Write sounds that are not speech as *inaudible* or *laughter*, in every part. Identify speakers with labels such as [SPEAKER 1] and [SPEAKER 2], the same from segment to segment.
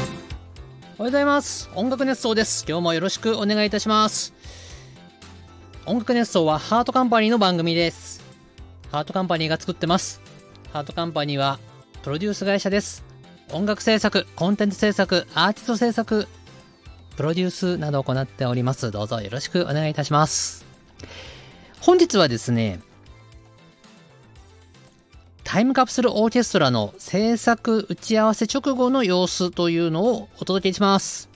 [SPEAKER 1] おはようございます。音楽熱奏です。今日もよろしくお願いいたします。音楽熱奏はハートカンパニーの番組です。ハートカンパニーが作ってます。ハートカンパニーはプロデュース会社です。音楽制作、コンテンツ制作、アーティスト制作、プロデュースなどを行っております。どうぞよろしくお願いいたします。本日はですね、タイムカプセルオーケストラの制作打ち合わせ直後の様子というのをお届けします。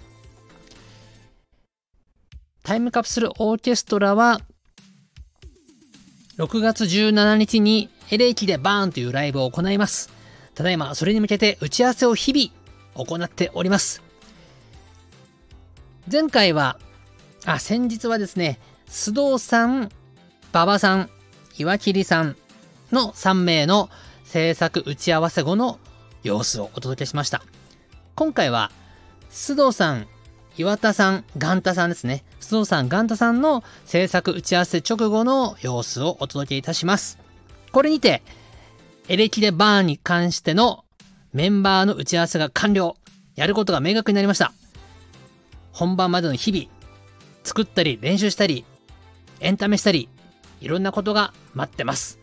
[SPEAKER 1] タイムカプセルオーケストラは、6月17日にエレキでバーンというライブを行います。ただいま、それに向けて打ち合わせを日々行っております。前回は、あ、先日はですね、須藤さん、馬場さん、岩切さんの3名の制作打ち合わせ後の様子をお届けしました。今回は、須藤さん、岩田さん、ガンタさんですね。須藤さん、ガンタさんの制作打ち合わせ直後の様子をお届けいたします。これにて、エレキでバーンに関してのメンバーの打ち合わせが完了。やることが明確になりました。本番までの日々、作ったり練習したり、エンタメしたり、いろんなことが待ってます。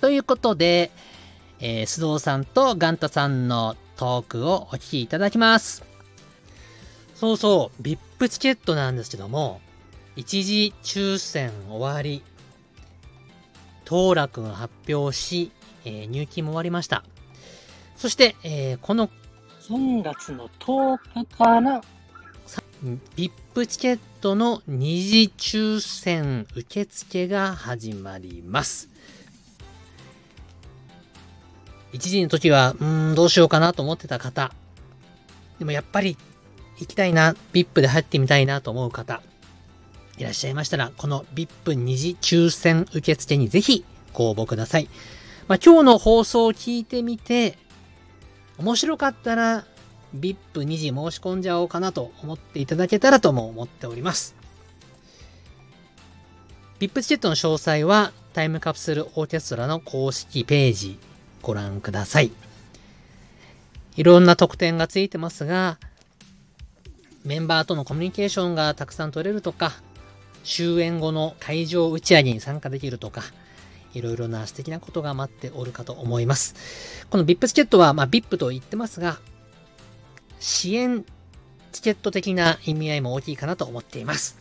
[SPEAKER 1] ということで、えー須藤さんとガンタさんのトークをお聞きいただきます。そうそう、VIP チケットなんですけども、一時抽選終わり、当落が発表し、えー入金も終わりました。そして、えーこの
[SPEAKER 2] 3月の10日から、
[SPEAKER 1] VIP チケットの二次抽選受付が始まります。一時の時は、うーん、どうしようかなと思ってた方。でもやっぱり、行きたいな、VIP で入ってみたいなと思う方。いらっしゃいましたら、この VIP 二次抽選受付にぜひご応募ください。まあ、今日の放送を聞いてみて、面白かったら VIP2 時申し込んじゃおうかなと思っていただけたらとも思っております。VIP チケットの詳細はタイムカプセルオーケストラの公式ページご覧ください。いろんな特典がついてますが、メンバーとのコミュニケーションがたくさん取れるとか、終演後の会場打ち上げに参加できるとか、いろいろな素敵なことが待っておるかと思います。この VIP チケットは、まあ、VIP と言ってますが、支援チケット的な意味合いも大きいかなと思っています。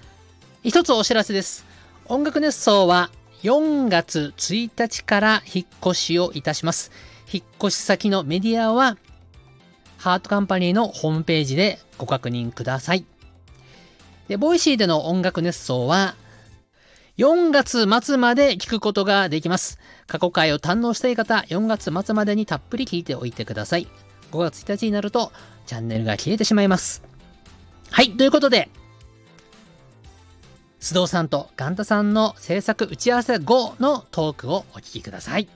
[SPEAKER 1] 一つお知らせです。音楽熱奏は4月1日から引っ越しをいたします。引っ越し先のメディアは、ハートカンパニーのホームページでご確認ください。で、ボイシーでの音楽熱奏は、4月末まで聞くことができます。過去回を堪能したい方、4月末までにたっぷり聞いておいてください。5月1日になると、チャンネルが消えてしまいます。はい、ということで、須藤さんとガンタさんの制作打ち合わせ後のトークをお聞きください。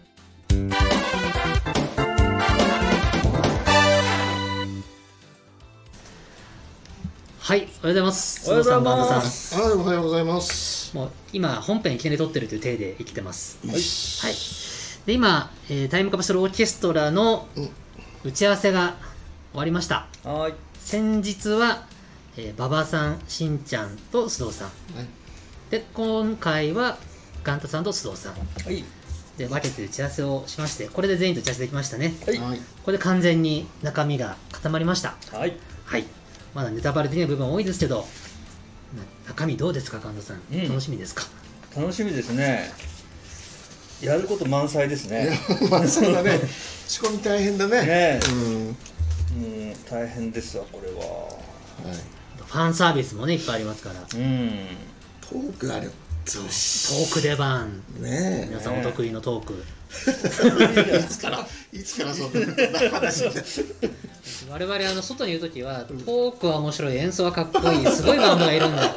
[SPEAKER 1] はい、おはようございます。須藤さん、ガンタさん。
[SPEAKER 3] はい、おはようございます。
[SPEAKER 1] もう今、本編いきなり撮ってるという体で生きてます。
[SPEAKER 3] はい。
[SPEAKER 1] はい、で今、えータイムカプセルオーケストラの
[SPEAKER 3] うん
[SPEAKER 1] 打ち合わせが終わりました
[SPEAKER 2] はい。
[SPEAKER 1] 先日は、えー、馬場さんしんちゃんと須藤さんで今回はガンタさんと須藤さん
[SPEAKER 2] はい。
[SPEAKER 1] で分けて打ち合わせをしましてこれで全員と打ち合わせできましたね
[SPEAKER 2] はい
[SPEAKER 3] はい。
[SPEAKER 1] これで完全に中身が固まりました
[SPEAKER 2] はい。
[SPEAKER 1] はいまだネタバレ的な部分多いですけどな中身どうですか神田さん、
[SPEAKER 2] うん
[SPEAKER 1] 楽しみですか
[SPEAKER 2] 楽しみですね。やること満載ですね。
[SPEAKER 3] いや、まあ、そうだね。仕込み大変だね。
[SPEAKER 2] ね
[SPEAKER 3] うん。
[SPEAKER 2] うん、大変ですわ、これは。
[SPEAKER 3] はい。
[SPEAKER 1] ファンサービスもねいっぱいありますからト
[SPEAKER 2] うん。
[SPEAKER 3] トークある。そうし。
[SPEAKER 1] ーク出番
[SPEAKER 3] ね
[SPEAKER 1] 皆さんお得意のトーク、
[SPEAKER 3] え。いつから、いつからそんな話になる。
[SPEAKER 1] 我々あの外にいる時はトークは面白い演奏はかっこいいすごいバンドがいるんだっ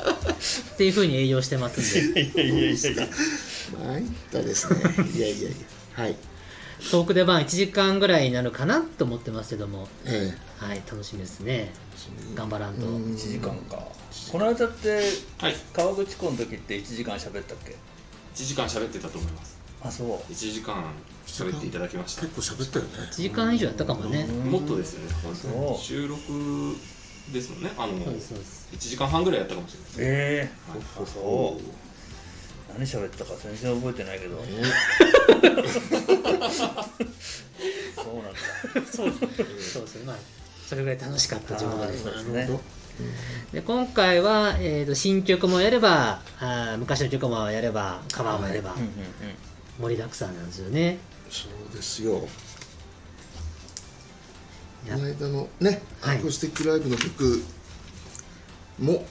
[SPEAKER 1] ていうふうに営業してますんで
[SPEAKER 2] いやいやいやいやいや。
[SPEAKER 3] 参ったですね。いやいやいや。はい。
[SPEAKER 1] トーク出番1時間ぐらいになるかなと思ってますけども
[SPEAKER 3] え
[SPEAKER 1] はい楽しみですね
[SPEAKER 3] え。
[SPEAKER 1] 頑張らんと、
[SPEAKER 3] うん
[SPEAKER 2] 1時間か。この間って、
[SPEAKER 4] はい、
[SPEAKER 2] 川口湖の時って1時間喋ったっけ
[SPEAKER 4] 1時間喋ってたと思います
[SPEAKER 2] あ、そ
[SPEAKER 4] 1時間喋っていただきました
[SPEAKER 3] 結構喋ったよね。
[SPEAKER 1] 1時間以上やったかもね
[SPEAKER 2] う。
[SPEAKER 4] もっとですよね本
[SPEAKER 2] そう
[SPEAKER 4] 当に収録ですもんねあの
[SPEAKER 1] そうですそうです
[SPEAKER 4] 1時間半ぐらいやったかもしれないですね
[SPEAKER 2] え
[SPEAKER 4] はい
[SPEAKER 2] えそうそう何喋ったか全然覚えてないけど *laughs* そうなんだ
[SPEAKER 1] そうそうですねまあそれぐらい楽しかったということです
[SPEAKER 2] そうです
[SPEAKER 3] な
[SPEAKER 2] ね
[SPEAKER 3] るほ
[SPEAKER 1] で今回は、えー、と新曲もやればあー昔の曲もやればカバーもやれば、
[SPEAKER 2] うんうんうん
[SPEAKER 1] 盛りだくさんなんですよね
[SPEAKER 3] どそうですよこ
[SPEAKER 1] や
[SPEAKER 3] の間のねア
[SPEAKER 1] はい
[SPEAKER 3] コースティックライブの曲も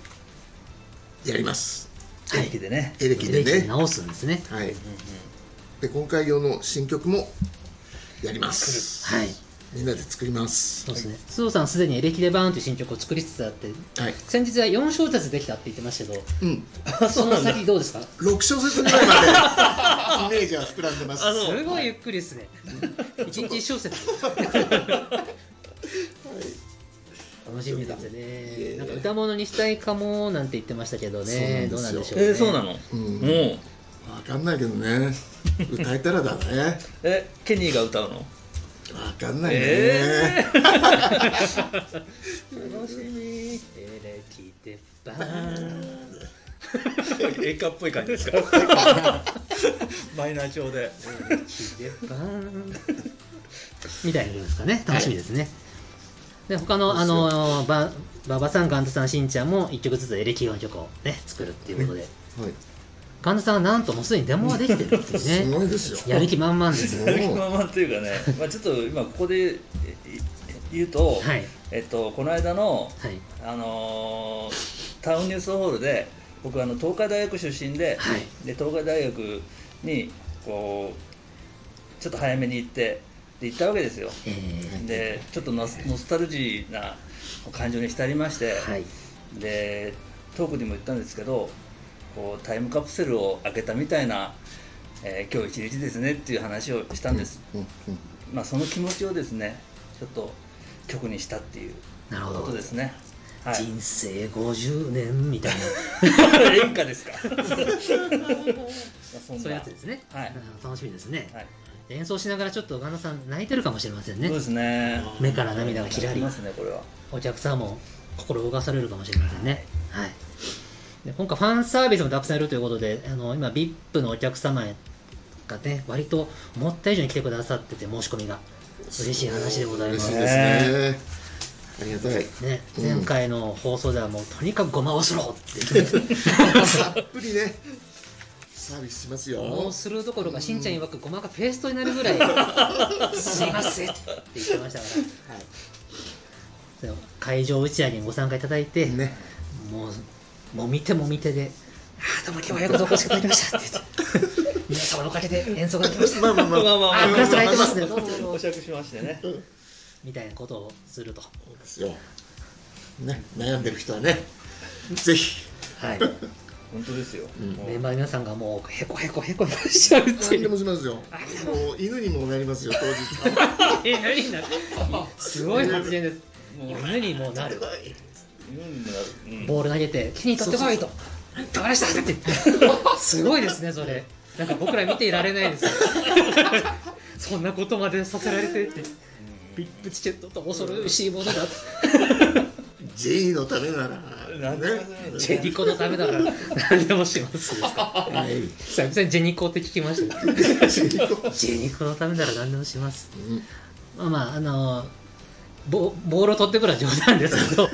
[SPEAKER 3] やります
[SPEAKER 1] は
[SPEAKER 2] エ
[SPEAKER 1] い
[SPEAKER 2] レキでね
[SPEAKER 3] エレキで
[SPEAKER 1] で
[SPEAKER 3] ね
[SPEAKER 1] 直すんですね
[SPEAKER 3] はいで今回用の新曲もやります
[SPEAKER 1] はい
[SPEAKER 3] みんなで作ります
[SPEAKER 1] そうですね、須藤さんすでにエレキでバーンという新曲を作りつつあって
[SPEAKER 3] はい
[SPEAKER 1] 先日は4小節できたって言ってましたけど
[SPEAKER 3] うん
[SPEAKER 1] その先どうですか
[SPEAKER 3] 6小節ぐらいまで *laughs* イメージは膨らんでます
[SPEAKER 1] すごいゆっくりですね1日1小節楽しみですねなんか歌物にしたいかもなんて言ってましたけどねど
[SPEAKER 3] そう
[SPEAKER 1] な
[SPEAKER 3] うなんん
[SPEAKER 1] で
[SPEAKER 3] で
[SPEAKER 1] しょ
[SPEAKER 3] すよ
[SPEAKER 1] うね
[SPEAKER 2] えー、そうなの、
[SPEAKER 3] うん
[SPEAKER 2] もう
[SPEAKER 3] わかんないけどね歌えたらだね
[SPEAKER 2] えケニーが歌うの
[SPEAKER 3] わかんないね、
[SPEAKER 2] え
[SPEAKER 1] 楽しみエレキでバーン
[SPEAKER 2] *laughs* えかっぽい感じですか *laughs* マイナー調で
[SPEAKER 1] でバーンみたいなことですかね楽しみですね、で他のあのば馬場さんガンタさんしんちゃんも1曲ずつエレキ4曲をね作るっていうことで、
[SPEAKER 3] はい、
[SPEAKER 1] ガンタさんはなんともうすでにデモができてるっていう
[SPEAKER 2] *laughs*
[SPEAKER 3] す
[SPEAKER 1] ね
[SPEAKER 3] ごいですよ
[SPEAKER 1] やる気満々ですよ
[SPEAKER 2] やる気満々というかね、まあ、ちょっと今ここでい言うと、
[SPEAKER 1] はい
[SPEAKER 2] えっと、この間の、
[SPEAKER 1] はい
[SPEAKER 2] あのータウンニュースホールで僕あの東海大学出身で,、
[SPEAKER 1] はい
[SPEAKER 2] で東海大学にこうちょっと早めに行ってで行ったわけですよ
[SPEAKER 1] えー
[SPEAKER 2] でちょっとノスノスタルジーな感情に浸りまして、
[SPEAKER 1] はい
[SPEAKER 2] でトークにも言ったんですけどこうタイムカプセルを開けたみたいな、えー今日一日ですねっていう話をしたんです、
[SPEAKER 3] うんうん
[SPEAKER 2] まあ、その気持ちをですねちょっと曲にしたっていう
[SPEAKER 1] なるほ
[SPEAKER 2] こと
[SPEAKER 1] ど
[SPEAKER 2] ですねはい
[SPEAKER 1] 人生50年みたいな
[SPEAKER 2] *laughs* 演歌
[SPEAKER 1] *laughs*
[SPEAKER 2] ですかそんな
[SPEAKER 1] そういうやつですね、
[SPEAKER 2] はい
[SPEAKER 1] うん楽しみですね、
[SPEAKER 2] はい、
[SPEAKER 1] 演奏しながらちょっとガンタさん泣いてるかもしれませんね
[SPEAKER 2] そうですね
[SPEAKER 1] 目から涙がキラリ
[SPEAKER 2] ありますねこれは
[SPEAKER 1] お客さんも心動かされるかもしれませんね。はい、で今回ファンサービスもたくさんいるということであの今 VIP のお客様がね割と思った以上に来てくださってて申し込みが嬉しい話でございま
[SPEAKER 3] 嬉し
[SPEAKER 1] す
[SPEAKER 3] い。ですねありがたい
[SPEAKER 1] ね、
[SPEAKER 3] うん
[SPEAKER 1] 前回の放送ではもうとにかくごまをすろうって言って
[SPEAKER 3] たっぷりねサービスしますよ
[SPEAKER 1] *laughs* ごまをするどころかしんちゃん曰くごまがペーストになるぐらい「 *laughs* すいません」って言ってましたから、でも会場打ち上げにご参加いただいて、
[SPEAKER 3] ね
[SPEAKER 1] もうもみ手もみ手で「ああどうも今日はようこそお越しくださりました」って言って「皆様のおかげで演奏ができました」
[SPEAKER 3] まあまあまあ
[SPEAKER 2] まあまあまあ
[SPEAKER 1] あグラスが空いてますねどうぞどう
[SPEAKER 2] お
[SPEAKER 1] ぞ
[SPEAKER 2] 釈しましてね
[SPEAKER 1] みたいなことをすると
[SPEAKER 3] そうですよね悩んでる人はねぜひ
[SPEAKER 1] はい
[SPEAKER 2] 本当ですよ、
[SPEAKER 3] ん
[SPEAKER 2] もう
[SPEAKER 1] メンバーの皆さんがもうへこへこへこしちゃうって
[SPEAKER 3] 何
[SPEAKER 1] い
[SPEAKER 3] で
[SPEAKER 1] う
[SPEAKER 3] もしますよもう犬にもなりますよ当日
[SPEAKER 1] え何になるすごい発言です犬にもなる
[SPEAKER 2] うんうん
[SPEAKER 1] ボール投げて「手に取ってこい」と「頑張りました」って言ってすごいですねそれなんか僕ら見ていられないですよ *laughs* そんなことまでさせられてってビップチケットと恐ろしいものだ
[SPEAKER 3] J のためなら
[SPEAKER 2] 何でもします
[SPEAKER 1] ジェニコのためだから何でもしますですか
[SPEAKER 3] はい
[SPEAKER 1] 久々にジェニコって聞きましたけどジェニコのためなら何でもします
[SPEAKER 3] う
[SPEAKER 1] ま
[SPEAKER 3] ん
[SPEAKER 1] あまああのボボールを取ってくるのは冗談ですけどま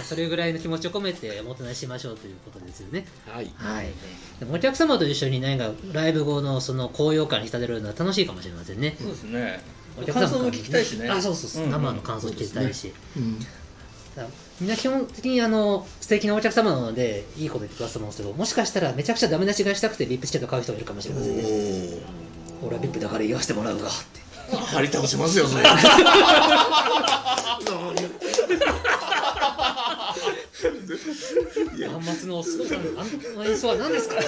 [SPEAKER 1] あそれぐらいの気持ちを込めておもてなししましょうということですよね
[SPEAKER 3] はい
[SPEAKER 1] はい、でもお客様と一緒に何かライブ後のその高揚感に浸れるのは楽しいかもしれませんね。
[SPEAKER 2] そうですね
[SPEAKER 1] お客様
[SPEAKER 2] 感想も聞きたいしね
[SPEAKER 1] あ、そうそうそう、
[SPEAKER 2] ん
[SPEAKER 1] 生の感想聞きたいし、
[SPEAKER 3] うん
[SPEAKER 1] だからみんな基本的にあの素敵なお客様なのでいいこと言ってくださるんですけど、もしかしたらめちゃくちゃダメ出しがしたくてリップチケット買う人もいるかもしれませんね。俺はリップだから言わせてもらうわって。
[SPEAKER 3] 張り倒しますよそれ何言って
[SPEAKER 1] 端末のすごさん、あの演奏は何ですかって。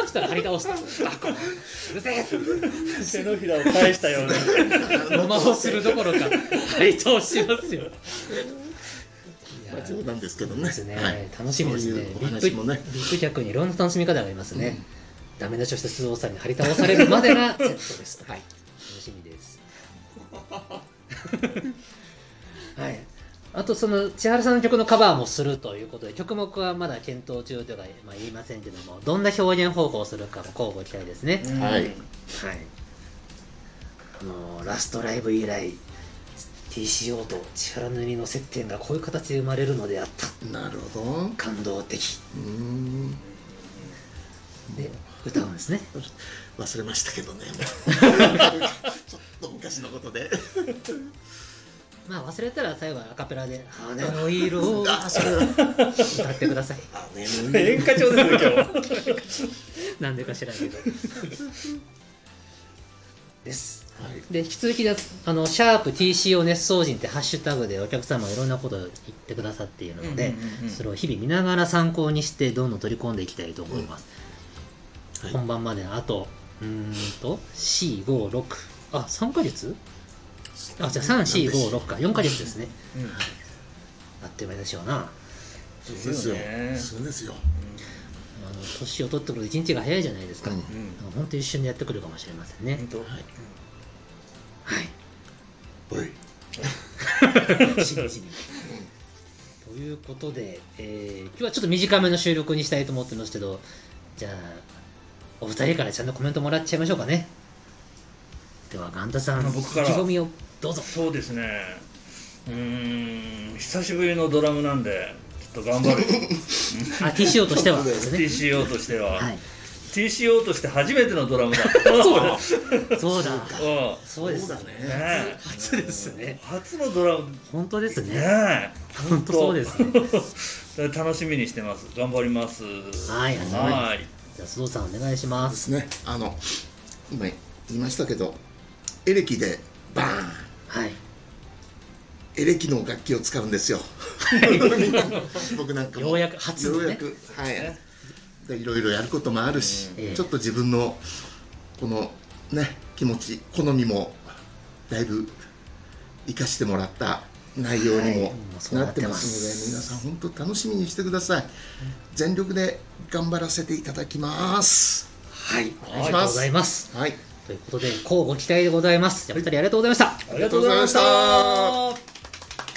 [SPEAKER 1] そしたら張り倒すと。あ、これうるせえ *laughs*
[SPEAKER 2] 手のひらを返したような
[SPEAKER 1] ごまをするどころか張り倒しますよ。
[SPEAKER 3] まあ冗談ですけどね
[SPEAKER 1] ですね、
[SPEAKER 3] はい
[SPEAKER 1] 楽しみですね。
[SPEAKER 3] そういうお話もね
[SPEAKER 1] ビップビップ客にいろんな楽しみ方がありますね。ダメ出しをした須藤さんに張り倒されるまで *laughs* がセットです。 *laughs* はい、楽しみです。はい、あとその千春さんの曲のカバーもするということで曲目はまだ検討中とか、まあ、言いませんけどもどんな表現方法をするかも交互期待ですね、
[SPEAKER 2] うん
[SPEAKER 3] はい
[SPEAKER 1] はいあのラストライブ以来 TCO と千原の海の接点がこういう形で生まれるのであった
[SPEAKER 3] なるほどう
[SPEAKER 1] 感動的
[SPEAKER 3] ーん
[SPEAKER 1] で歌うんですね
[SPEAKER 3] 忘れましたけど *laughs* ねもうちょっと昔のことで
[SPEAKER 1] まあ忘れたら最後はアカペラで「花の色を歌
[SPEAKER 3] あそれだ
[SPEAKER 1] ってください *laughs*
[SPEAKER 3] あ眠い
[SPEAKER 2] 演歌調ですね今日
[SPEAKER 1] なんでか知らんけど *laughs* です
[SPEAKER 3] はい
[SPEAKER 1] で引き続きだあの「シャープ #TCO 熱奏人」ってハッシュタグでお客様がいろんなことを言ってくださっているので、それを日々見ながら参考にしてどんどん取り込んでいきたいと思います、
[SPEAKER 3] うんはい
[SPEAKER 1] 本番までのあとうーんと456あ三3ヶ月あじゃあ3456か4ヶ月ですね
[SPEAKER 2] うん
[SPEAKER 1] あっという間でしょうな
[SPEAKER 3] そう
[SPEAKER 2] そ
[SPEAKER 3] で
[SPEAKER 2] うですすよ
[SPEAKER 3] よ
[SPEAKER 2] ね
[SPEAKER 3] そうですよ
[SPEAKER 1] あの年を取ってくると一日が早いじゃないですか、
[SPEAKER 3] うん
[SPEAKER 2] うんうん
[SPEAKER 1] あの本当に一瞬でやってくるかもしれませんね、
[SPEAKER 2] 本当
[SPEAKER 3] はい
[SPEAKER 1] はい
[SPEAKER 3] おい
[SPEAKER 1] *laughs* 真摯にということで、えー今日はちょっと短めの収録にしたいと思ってますけどじゃあお二人からちゃんとコメントもらっちゃいましょうかねではガンタさん
[SPEAKER 2] あ僕から
[SPEAKER 1] 意気込みをどうぞ
[SPEAKER 2] そうですねうーん久しぶりのドラムなんでちょっと頑張
[SPEAKER 1] *laughs*
[SPEAKER 2] る
[SPEAKER 1] あ TCO としてはですね
[SPEAKER 2] TCO としては、
[SPEAKER 1] はい
[SPEAKER 2] TCO として初めてのドラムだ
[SPEAKER 1] そうだそうだ
[SPEAKER 2] う
[SPEAKER 1] そうです
[SPEAKER 3] そうだね
[SPEAKER 2] んね
[SPEAKER 1] 初です
[SPEAKER 2] え
[SPEAKER 1] ね
[SPEAKER 2] 初のドラム
[SPEAKER 1] 本当ですね
[SPEAKER 2] ねえ
[SPEAKER 1] 本当そうですね
[SPEAKER 2] ね *laughs* 楽しみにしてます頑張ります
[SPEAKER 1] はいありがとうございます
[SPEAKER 2] はい
[SPEAKER 1] じゃあ須藤さんお願いしま
[SPEAKER 3] ですすねあの今言いましたけどエレキでバーン
[SPEAKER 1] はい
[SPEAKER 3] エレキの楽器を使うんですよ *laughs* 僕なんかも
[SPEAKER 1] ようやく初のね
[SPEAKER 3] ようやくはいでいろいろやることもあるし、
[SPEAKER 1] ええ
[SPEAKER 3] ちょっと自分のこのね気持ち好みもだいぶ生かしてもらった内容に
[SPEAKER 1] はいも
[SPEAKER 3] も
[SPEAKER 1] うそうな
[SPEAKER 3] な
[SPEAKER 1] っ
[SPEAKER 3] ってて
[SPEAKER 1] ま
[SPEAKER 3] ますすので、皆さん本当楽しみにしてください全力で頑張らせていただきます
[SPEAKER 1] はい
[SPEAKER 3] お
[SPEAKER 1] ありがと
[SPEAKER 3] 願いし
[SPEAKER 1] う
[SPEAKER 3] ま
[SPEAKER 1] ご
[SPEAKER 3] す
[SPEAKER 1] ざいます
[SPEAKER 3] はい
[SPEAKER 1] ということで乞うご期待でございますじゃあお二人ありがとうございました
[SPEAKER 2] ありがとうございまし
[SPEAKER 3] ありがとうございました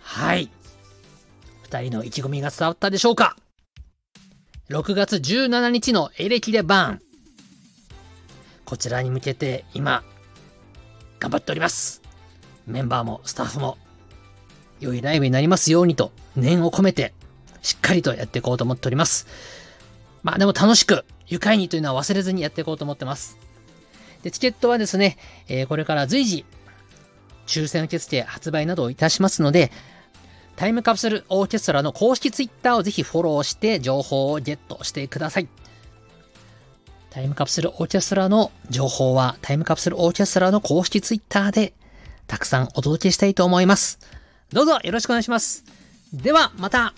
[SPEAKER 1] はい。二人の意気込みが伝わったでしょうか ?6 月17日のエレキでバーン。こちらに向けて今、頑張っております。メンバーもスタッフも、良いライブになりますようにと念を込めて、しっかりとやっていこうと思っております。まあでも楽しく、愉快にというのは忘れずにやっていこうと思ってます。で、チケットはですね、えーこれから随時、抽選受付発売などをいたしますので、タイムカプセルオーケストラの公式ツイッターをぜひフォローして情報をゲットしてください。タイムカプセルオーケストラの情報はタイムカプセルオーケストラの公式ツイッターでたくさんお届けしたいと思います。どうぞよろしくお願いします。ではまた